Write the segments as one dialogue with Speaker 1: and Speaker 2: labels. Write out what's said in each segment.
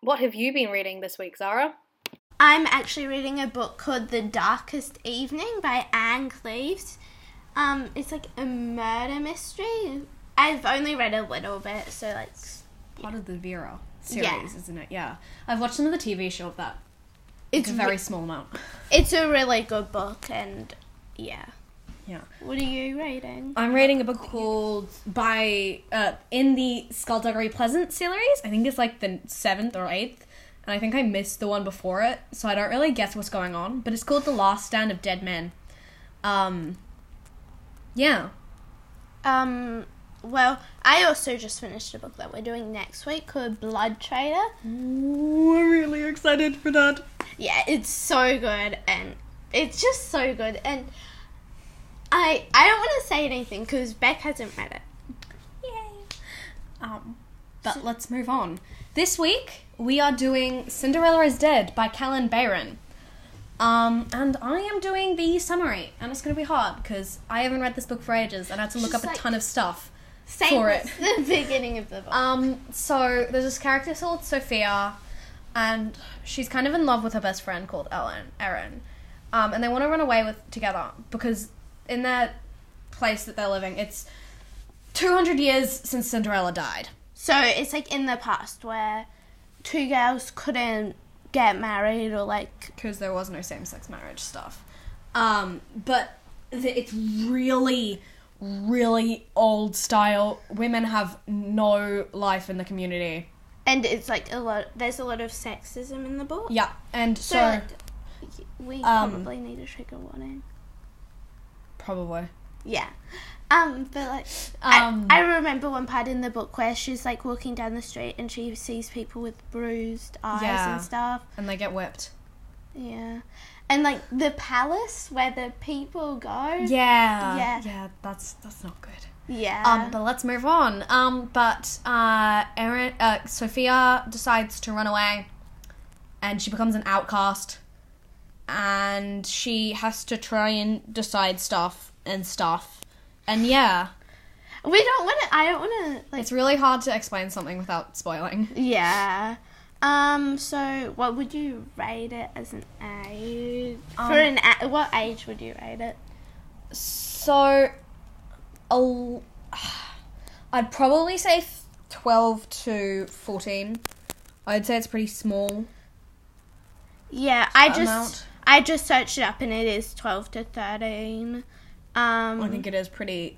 Speaker 1: What have you been reading this week, Zara?
Speaker 2: I'm actually reading a book called The Darkest Evening by Anne Cleves. Um, it's like a murder mystery. I've only read a little bit, so like,
Speaker 3: Part of the Vera series,
Speaker 2: Yeah.
Speaker 3: isn't it? Yeah. I've watched another TV show of that. It's
Speaker 2: it's
Speaker 3: a
Speaker 2: very
Speaker 3: very small amount.
Speaker 2: it's a really good book, and yeah.
Speaker 3: Yeah.
Speaker 2: What are you reading?
Speaker 3: I'm reading a book called by uh, in the Skullduggery Pleasant series. I think it's like the seventh or eighth, and I think I missed the one before it, so I don't really guess what's going on. But it's called The Last Stand of Dead Men. Um, yeah,
Speaker 2: Um, well, I also just finished a book that we're doing next week called Blood Trader.
Speaker 3: we're really excited for that.
Speaker 2: yeah, it's so good and it's just so good and I I don't want to say anything because Beck hasn't read it.
Speaker 3: Um, but let's move on. This week we are doing Cinderella is Dead by Callan Bayron. Um, and I am doing the summary, and it's going to be hard because I haven't read this book for ages, and I had to look
Speaker 2: She's
Speaker 3: up
Speaker 2: like-
Speaker 3: a ton of stuff.
Speaker 2: Same
Speaker 3: For
Speaker 2: as the beginning of the book.
Speaker 3: Um, so there's this character called Sophia, and she's kind of in love with her best friend called Ellen, Erin. Um, and they want to run away with together because in that place that they're living, it's 200 years since Cinderella died.
Speaker 2: so it's like in the past where two girls couldn't get married or like
Speaker 3: because there was no same-sex marriage stuff. Um, but th- it's really, really old style. Women have no life in the community.
Speaker 2: and it's like a lot there's a lot of sexism in the book.
Speaker 3: Yeah, and so,
Speaker 2: So like, we
Speaker 3: um,
Speaker 2: probably need a trigger warning.
Speaker 3: probably
Speaker 2: Yeah. Um, but like, I,
Speaker 3: Um.
Speaker 2: I remember one part in the book where she's like walking down the street and she sees people with bruised eyes
Speaker 3: Yeah.
Speaker 2: and stuff.
Speaker 3: and they get whipped.
Speaker 2: Yeah. And like the palace where the people go.
Speaker 3: Yeah,
Speaker 2: Yeah.
Speaker 3: yeah. That's that's not good.
Speaker 2: Yeah.
Speaker 3: Um, but let's move on. Um, but uh, Erin, uh, Sophia decides to run away, and she becomes an outcast, and she has to try and decide stuff and stuff, and yeah,
Speaker 2: we don't want to. I don't want to. Like.
Speaker 3: it's really hard to explain something without spoiling.
Speaker 2: Yeah. Um. So, what would you rate it as an age?
Speaker 3: Um,
Speaker 2: For an a- what age would you rate it?
Speaker 3: So, i I'd probably say f- twelve to fourteen. I'd say it's pretty small.
Speaker 2: Yeah. I just.
Speaker 3: Amount?
Speaker 2: I just searched it up and it is twelve to thirteen. Um.
Speaker 3: I think it is pretty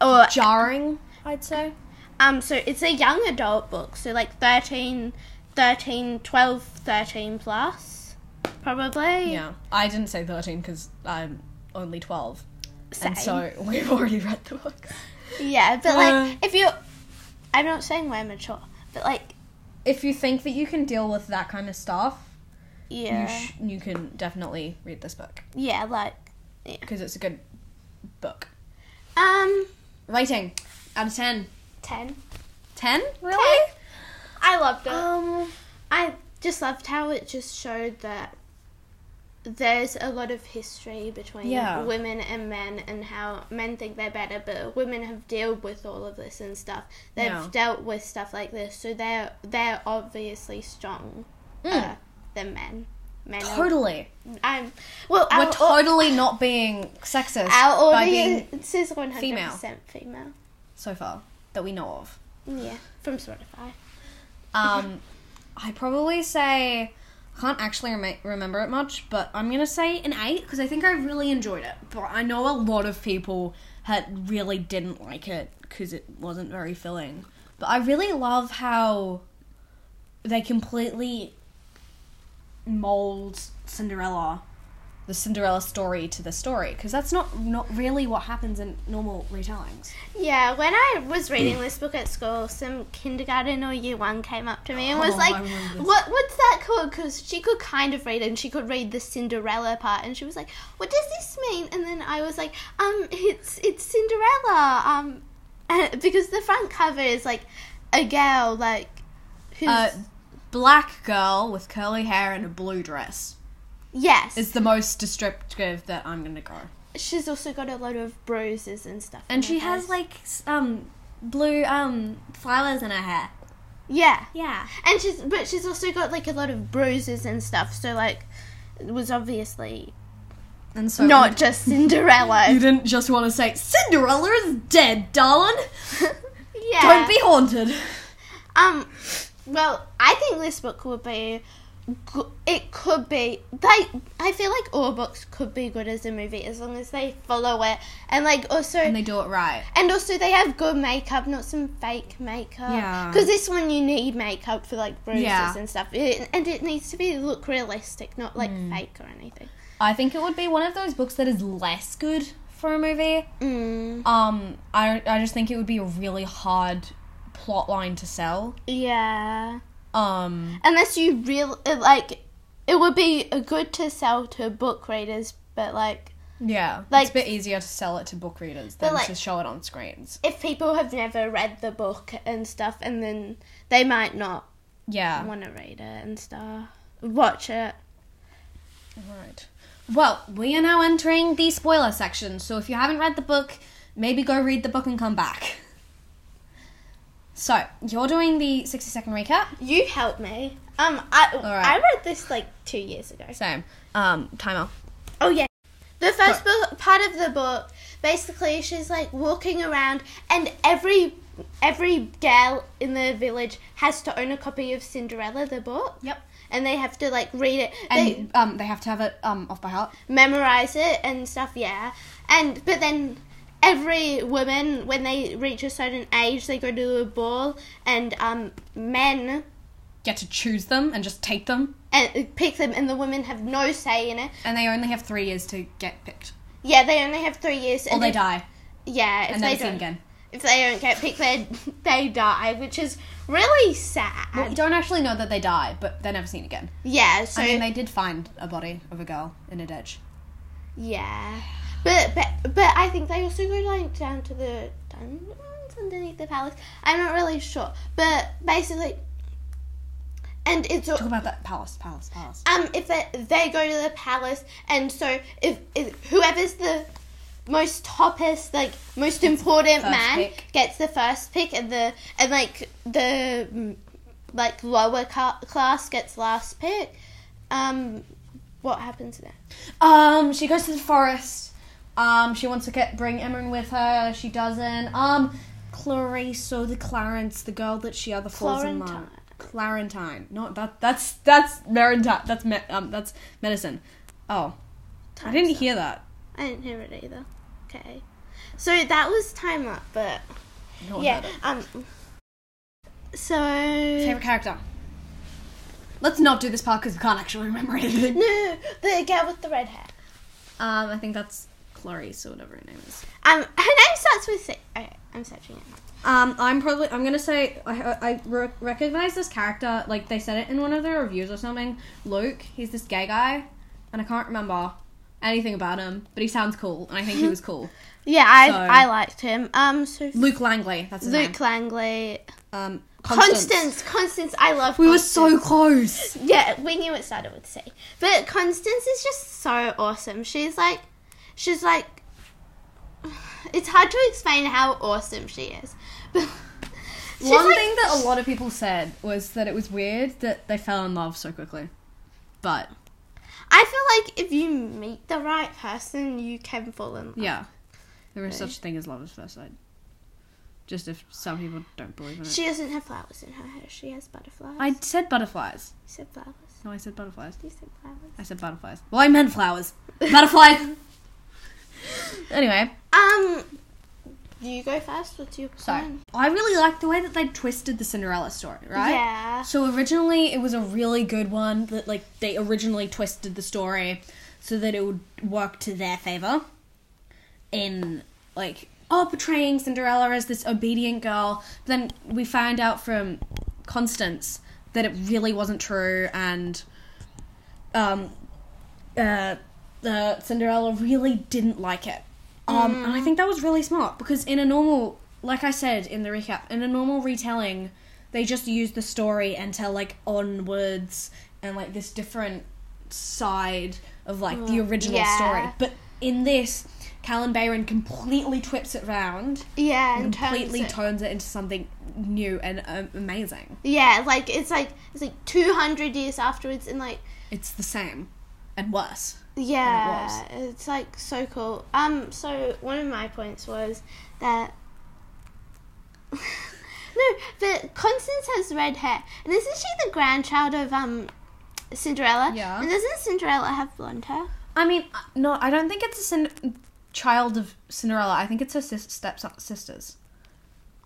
Speaker 2: or
Speaker 3: jarring. I'd say.
Speaker 2: Um, so it's a young adult book, so like 13, 13, 12, 13 plus, probably.
Speaker 3: Yeah, I didn't say 13 because I'm only 12. And
Speaker 2: Same.
Speaker 3: so we've already read the book.
Speaker 2: Yeah, but like
Speaker 3: Uh.
Speaker 2: if you, I'm not saying we're mature, but like
Speaker 3: If you think that you can deal with that kind of stuff,
Speaker 2: yeah,
Speaker 3: you, sh- you can definitely read this book
Speaker 2: yeah, like
Speaker 3: because it's a good book.
Speaker 2: um,
Speaker 3: Rating out of 10.
Speaker 2: ten.
Speaker 3: 10? Really?
Speaker 2: I loved it.
Speaker 3: Um,
Speaker 2: I just loved how it just showed that there's a lot of history between
Speaker 3: Yeah.
Speaker 2: women and men and how men think they're better but women have dealt with all of this and stuff they've
Speaker 3: Yeah.
Speaker 2: dealt with stuff like this so they're they're obviously strong
Speaker 3: Mm.
Speaker 2: Uh, than men men are-
Speaker 3: totally.
Speaker 2: i'm well
Speaker 3: We're
Speaker 2: our,
Speaker 3: totally not being sexist
Speaker 2: our
Speaker 3: by being
Speaker 2: audience is 100% female.
Speaker 3: so far that we know of.
Speaker 2: yeah from spotify
Speaker 3: Um, I probably say I can't actually rem- remember it much, but I'm gonna say an eight because I think I really enjoyed it. But I know a lot of people had really didn't like it because it wasn't very filling. But I really love how they completely mold Cinderella, the Cinderella story to the story because that's not not really what happens in normal retellings.
Speaker 2: Yeah, when I was reading this book at school, some kindergarten or year one came up to me and was
Speaker 3: Oh,
Speaker 2: like,
Speaker 3: I remember this.
Speaker 2: "What? What's that called?" Because she could kind of read and she could read the Cinderella part, and she was like, "What does this mean?" And then I was like, "Um, it's it's Cinderella, um, because the front cover is like a girl like who's
Speaker 3: A Uh, black girl with curly hair and a blue dress.
Speaker 2: yes,
Speaker 3: is the most descriptive that I'm gonna go.
Speaker 2: she's also got a lot of bruises and stuff, on
Speaker 3: And
Speaker 2: her
Speaker 3: she has
Speaker 2: face.
Speaker 3: like s- um blue um flowers in her hair.
Speaker 2: Yeah.
Speaker 3: Yeah.
Speaker 2: And she's but she's also got like a lot of bruises and stuff, so like it was obviously
Speaker 3: And so
Speaker 2: not just
Speaker 3: You
Speaker 2: Cinderella.
Speaker 3: didn't just want to say Cinderella is dead, darling.
Speaker 2: yeah.
Speaker 3: Don't be haunted.
Speaker 2: Um, well, I think this book would be. go- It could be like I feel like all books could be good as a movie as long as they follow it and like also
Speaker 3: And
Speaker 2: and,
Speaker 3: they do it right.
Speaker 2: also they have good makeup, not some fake makeup.
Speaker 3: Yeah.
Speaker 2: Because this one you need makeup for like bruises
Speaker 3: Yeah.
Speaker 2: and stuff, it, and it needs to be look realistic, not like
Speaker 3: Hmm.
Speaker 2: fake or anything.
Speaker 3: I think it would be one of those books that is less good for a movie.
Speaker 2: Mm,
Speaker 3: Um, I I just think it would be a really hard plot line to sell.
Speaker 2: yeah.
Speaker 3: Um,
Speaker 2: unless you real it, like it would be uh, good to sell to book readers but like
Speaker 3: yeah,
Speaker 2: Like-
Speaker 3: it's a bit easier to sell it to book readers
Speaker 2: But
Speaker 3: than
Speaker 2: like-
Speaker 3: to show it on screens.
Speaker 2: if people have never read the book and stuff and then they might not
Speaker 3: Yeah,
Speaker 2: want to read it and stuff watch it
Speaker 3: Right. Well, we are now entering the spoiler section, so if you haven't read the book, maybe go read the book and come back. So, you're doing the 60 second recap.
Speaker 2: you help me um i
Speaker 3: right.
Speaker 2: i read this like two years ago
Speaker 3: So, um, timer.
Speaker 2: Oh yeah. The first book, part of the book, basically she's like walking around and every every girl in the village has to own a copy of Cinderella the book.
Speaker 3: Yep.
Speaker 2: And they have to like read it.
Speaker 3: And
Speaker 2: they
Speaker 3: um, they have to have it um, off by heart.
Speaker 2: memorize it and stuff, yeah. And but then every woman when they reach a certain age they go to a ball and um men
Speaker 3: Get to choose them and just take them.
Speaker 2: and pick them and the women have no say in it.
Speaker 3: And they only have three years to get picked.
Speaker 2: Yeah, they only have three years
Speaker 3: Or
Speaker 2: and
Speaker 3: they
Speaker 2: if-
Speaker 3: die
Speaker 2: Yeah, if
Speaker 3: and
Speaker 2: they
Speaker 3: never seen
Speaker 2: don't-
Speaker 3: again.
Speaker 2: if they don't get picked, they they die, which is really sad.
Speaker 3: Well, we don't actually know that they die, but they're never seen again.
Speaker 2: yeah, so
Speaker 3: I mean, they did find a body of a girl in a ditch.
Speaker 2: yeah, but but but I think they also go like down to the dungeons underneath the palace. I'm not really sure, but basically, and it's all-
Speaker 3: Talk about that palace, palace, palace.
Speaker 2: um if they they go to the palace, and so if, if whoever's the most toppest, like most important
Speaker 3: First
Speaker 2: man
Speaker 3: pick.
Speaker 2: gets the first pick, and the and like the mm, like lower ca- class gets last pick. Um, what happens then?
Speaker 3: Um, she goes to the forest. Um, she wants to get bring Emran with her. She doesn't. Um, Clarice or the Clarence, the girl that she other falls in love. Clarentine. No, that that's that's Merentine. That's me, um that's medicine. Oh, I didn't
Speaker 2: Time's up.
Speaker 3: hear that.
Speaker 2: I didn't hear it either. Okay, so that was time up, but
Speaker 3: No one
Speaker 2: yeah.
Speaker 3: heard it.
Speaker 2: Um, so
Speaker 3: Favorite character. Let's not do this part because we can't actually remember anything.
Speaker 2: no, the girl with the red hair.
Speaker 3: Um, I think that's Clarice or whatever her name is.
Speaker 2: Um, her name starts with C. Okay, I'm searching it.
Speaker 3: Um, I'm probably I'm gonna say I I re- recognize this character like they said it in one of their reviews or something. Luke, he's this gay guy, and I can't remember anything about him, but he sounds cool, and I think he was cool.
Speaker 2: Yeah, I
Speaker 3: So-
Speaker 2: I liked him. Um, so
Speaker 3: Luke Langley, that's his
Speaker 2: Luke
Speaker 3: name.
Speaker 2: Langley,
Speaker 3: Um,
Speaker 2: Constance. Constance, I love.
Speaker 3: We were
Speaker 2: Constance.
Speaker 3: so close.
Speaker 2: yeah. We knew it started with C, but Constance is just so awesome. She's like, she's like. It's hard to explain how awesome she is, but she's
Speaker 3: one
Speaker 2: like-
Speaker 3: thing that a lot of people said was that it was weird that they fell in love so quickly, but
Speaker 2: I feel like if you meet the right person, you can fall in love.
Speaker 3: yeah, there is such thing as love at first sight. Just if some people don't believe in it.
Speaker 2: She doesn't have flowers in her hair. She has butterflies.
Speaker 3: I said butterflies.
Speaker 2: You said flowers.
Speaker 3: No, I said butterflies.
Speaker 2: You said flowers.
Speaker 3: I said butterflies. Well, I meant flowers. Butterflies. anyway,
Speaker 2: Um, you go first. What's your
Speaker 3: so
Speaker 2: plan?
Speaker 3: I really liked the way that they twisted the Cinderella story, right?
Speaker 2: Yeah.
Speaker 3: So originally it was a really good one that like they originally twisted the story so that it would work to their favor in like oh portraying Cinderella as this obedient girl. Then we find out from Constance that it really wasn't true and um uh, uh, Cinderella really didn't like it. Um, And
Speaker 2: Mm.
Speaker 3: I think that was really smart because in a normal, like I said in the recap, in a normal retelling, they just use the story and tell like onwards and like this different side of like the original
Speaker 2: Mm, yeah.
Speaker 3: story. But in this, Callan Bayron completely twips it round
Speaker 2: Yeah, and turns
Speaker 3: completely
Speaker 2: it.
Speaker 3: turns it into something new and um, amazing.
Speaker 2: Yeah, like it's like it's like two hundred years afterwards, and like
Speaker 3: It's the same and worse.
Speaker 2: yeah,
Speaker 3: was.
Speaker 2: it's like so cool. Um, so one of my points was that no, but Constance has red hair, and isn't she the grandchild of um Cinderella?
Speaker 3: Yeah.
Speaker 2: and doesn't Cinderella have blonde hair?
Speaker 3: I mean, uh, no, I don't think it's a cin- child of Cinderella. I think it's her sis- step sisters.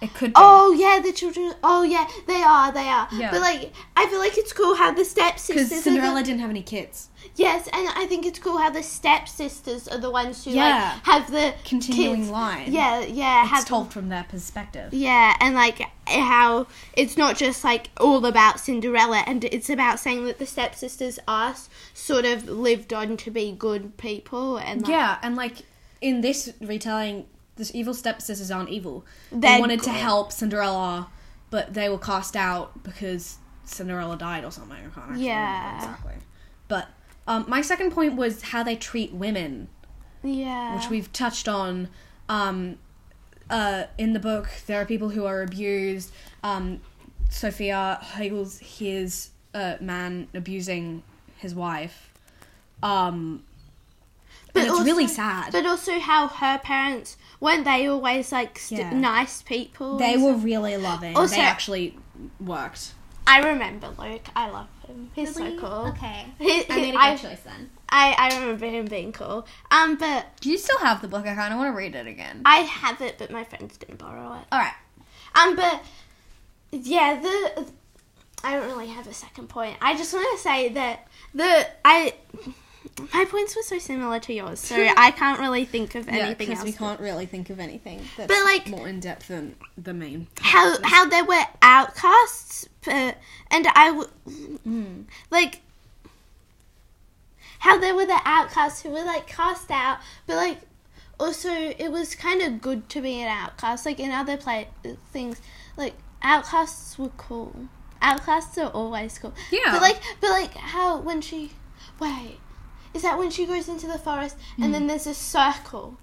Speaker 3: It could be.
Speaker 2: Oh yeah, the children. Oh yeah, they are. They are.
Speaker 3: Yeah.
Speaker 2: But like, I feel like it's cool how the
Speaker 3: because
Speaker 2: stepsisters.
Speaker 3: Cinderella
Speaker 2: Are
Speaker 3: didn't have any kids.
Speaker 2: the, yes, and I think it's cool how the stepsisters are the ones who
Speaker 3: Yeah.
Speaker 2: like have the
Speaker 3: Continuing
Speaker 2: kids.
Speaker 3: line.
Speaker 2: Yeah, yeah.
Speaker 3: It's
Speaker 2: have,
Speaker 3: told from their perspective.
Speaker 2: Yeah, and like how it's not just like all about Cinderella, and it's about saying that the stepsisters are s- sort of lived on to be good people, and like,
Speaker 3: Yeah, and like in this retelling, this evil stepsisters aren't evil. they
Speaker 2: They're
Speaker 3: wanted to
Speaker 2: good.
Speaker 3: help Cinderella, but they were cast out because Cinderella died or something. I can't actually remember
Speaker 2: Yeah.
Speaker 3: exactly. But um, my second point was how they treat women,
Speaker 2: yeah,
Speaker 3: which we've touched on. Um, uh, in the book, there are people who are abused. Um, Sophia Hegel's hears a man abusing his wife. Um,
Speaker 2: But
Speaker 3: and it's
Speaker 2: also-
Speaker 3: really sad.
Speaker 2: But also how her parents weren't they always like st-
Speaker 3: Yeah.
Speaker 2: nice people?
Speaker 3: They
Speaker 2: and
Speaker 3: were really loving.
Speaker 2: Also-
Speaker 3: they actually worked.
Speaker 2: I remember Luke. I love him. He's so cool.
Speaker 4: Okay.
Speaker 2: He-
Speaker 4: I made a good
Speaker 2: I,
Speaker 4: choice then.
Speaker 2: I, I remember him being cool. Um, but
Speaker 3: Do you still have the book? I kind of want to read it again.
Speaker 2: I have it, but my friends didn't borrow it.
Speaker 3: All right.
Speaker 2: Um, but yeah, the I don't really have a second point. I just want to say that the I my points were so similar to yours, so I can't really think of anything else.
Speaker 3: we can't really think of anything that's
Speaker 2: But, like-
Speaker 3: more in depth than the main.
Speaker 2: how how they were outcasts, but, and I w- mm, like how they were the outcasts who were like cast out, but like also it was kind of good to be an outcast. Like in other play things, like outcasts were cool. Outcasts are always cool.
Speaker 3: Yeah.
Speaker 2: but like but like how when she wait. Is that when she goes into the forest and then there's a circle?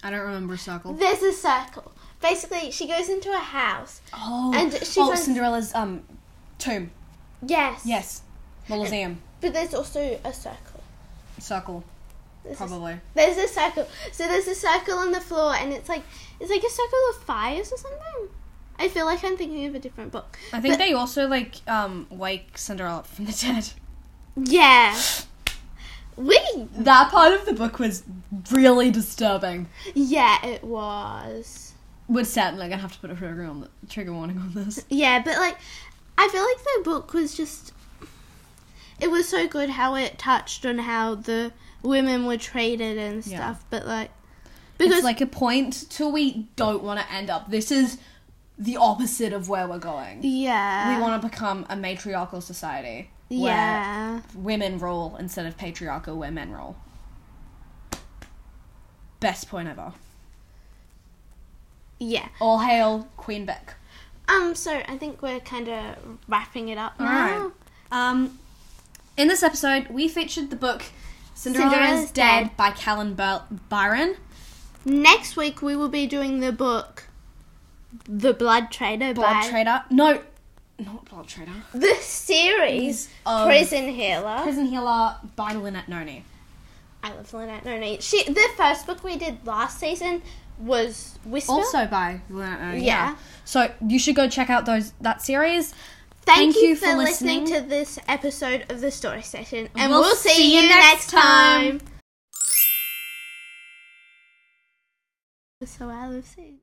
Speaker 3: I don't remember circle.
Speaker 2: There's a circle. Basically, she goes into a house
Speaker 3: Oh,
Speaker 2: And she
Speaker 3: oh,
Speaker 2: finds-
Speaker 3: Cinderella's um tomb.
Speaker 2: Yes.
Speaker 3: Yes, Mausoleum
Speaker 2: But there's also a circle.
Speaker 3: circle
Speaker 2: There's a-
Speaker 3: probably.
Speaker 2: there's a circle. So there's a circle on the floor, and it's like it's like a circle of fires or something. I feel like I'm thinking of a different book.
Speaker 3: I think
Speaker 2: But-
Speaker 3: they also like um wake Cinderella up from the dead.
Speaker 2: Yeah. We.
Speaker 3: That part of the book was really disturbing.
Speaker 2: Yeah, it was.
Speaker 3: We're certainly gonna have to put a trigger on the trigger warning on this.
Speaker 2: Yeah, but like, I feel like the book was just. It was so good how it touched on how the women were treated and stuff,
Speaker 3: Yeah.
Speaker 2: but like.
Speaker 3: it's like a point till we don't want to end up. This is the opposite of where we're going.
Speaker 2: yeah.
Speaker 3: we want to become a matriarchal society where
Speaker 2: Yeah.
Speaker 3: women rule instead of patriarchal where men rule. Best point ever.
Speaker 2: Yeah.
Speaker 3: All hail Queen Beck.
Speaker 2: Um, so I think we're kind of wrapping it up now.
Speaker 3: Alright. Um, in this episode, we featured the book Cinderella
Speaker 2: Cinderella's
Speaker 3: is Dead,
Speaker 2: Dead.
Speaker 3: by Callan Byr- Byron.
Speaker 2: Next week we will be doing the book, The Blood Trader
Speaker 3: Blood
Speaker 2: by
Speaker 3: Trader. No, not Blood Trader.
Speaker 2: the series
Speaker 3: Of
Speaker 2: Prison Healer.
Speaker 3: Prison Healer by Lynette Noni.
Speaker 2: I love Lynette Noni. She the first book we did last season was Whisper.
Speaker 3: also by Lynette Noni.
Speaker 2: Yeah.
Speaker 3: So you should go check out those that series. thank
Speaker 2: thank, you,
Speaker 3: you
Speaker 2: for,
Speaker 3: for
Speaker 2: listening.
Speaker 3: listening.
Speaker 2: to this episode of the Story Session, and we'll,
Speaker 3: We'll
Speaker 2: see,
Speaker 3: see
Speaker 2: you
Speaker 3: you next
Speaker 2: next time. So I love seeing.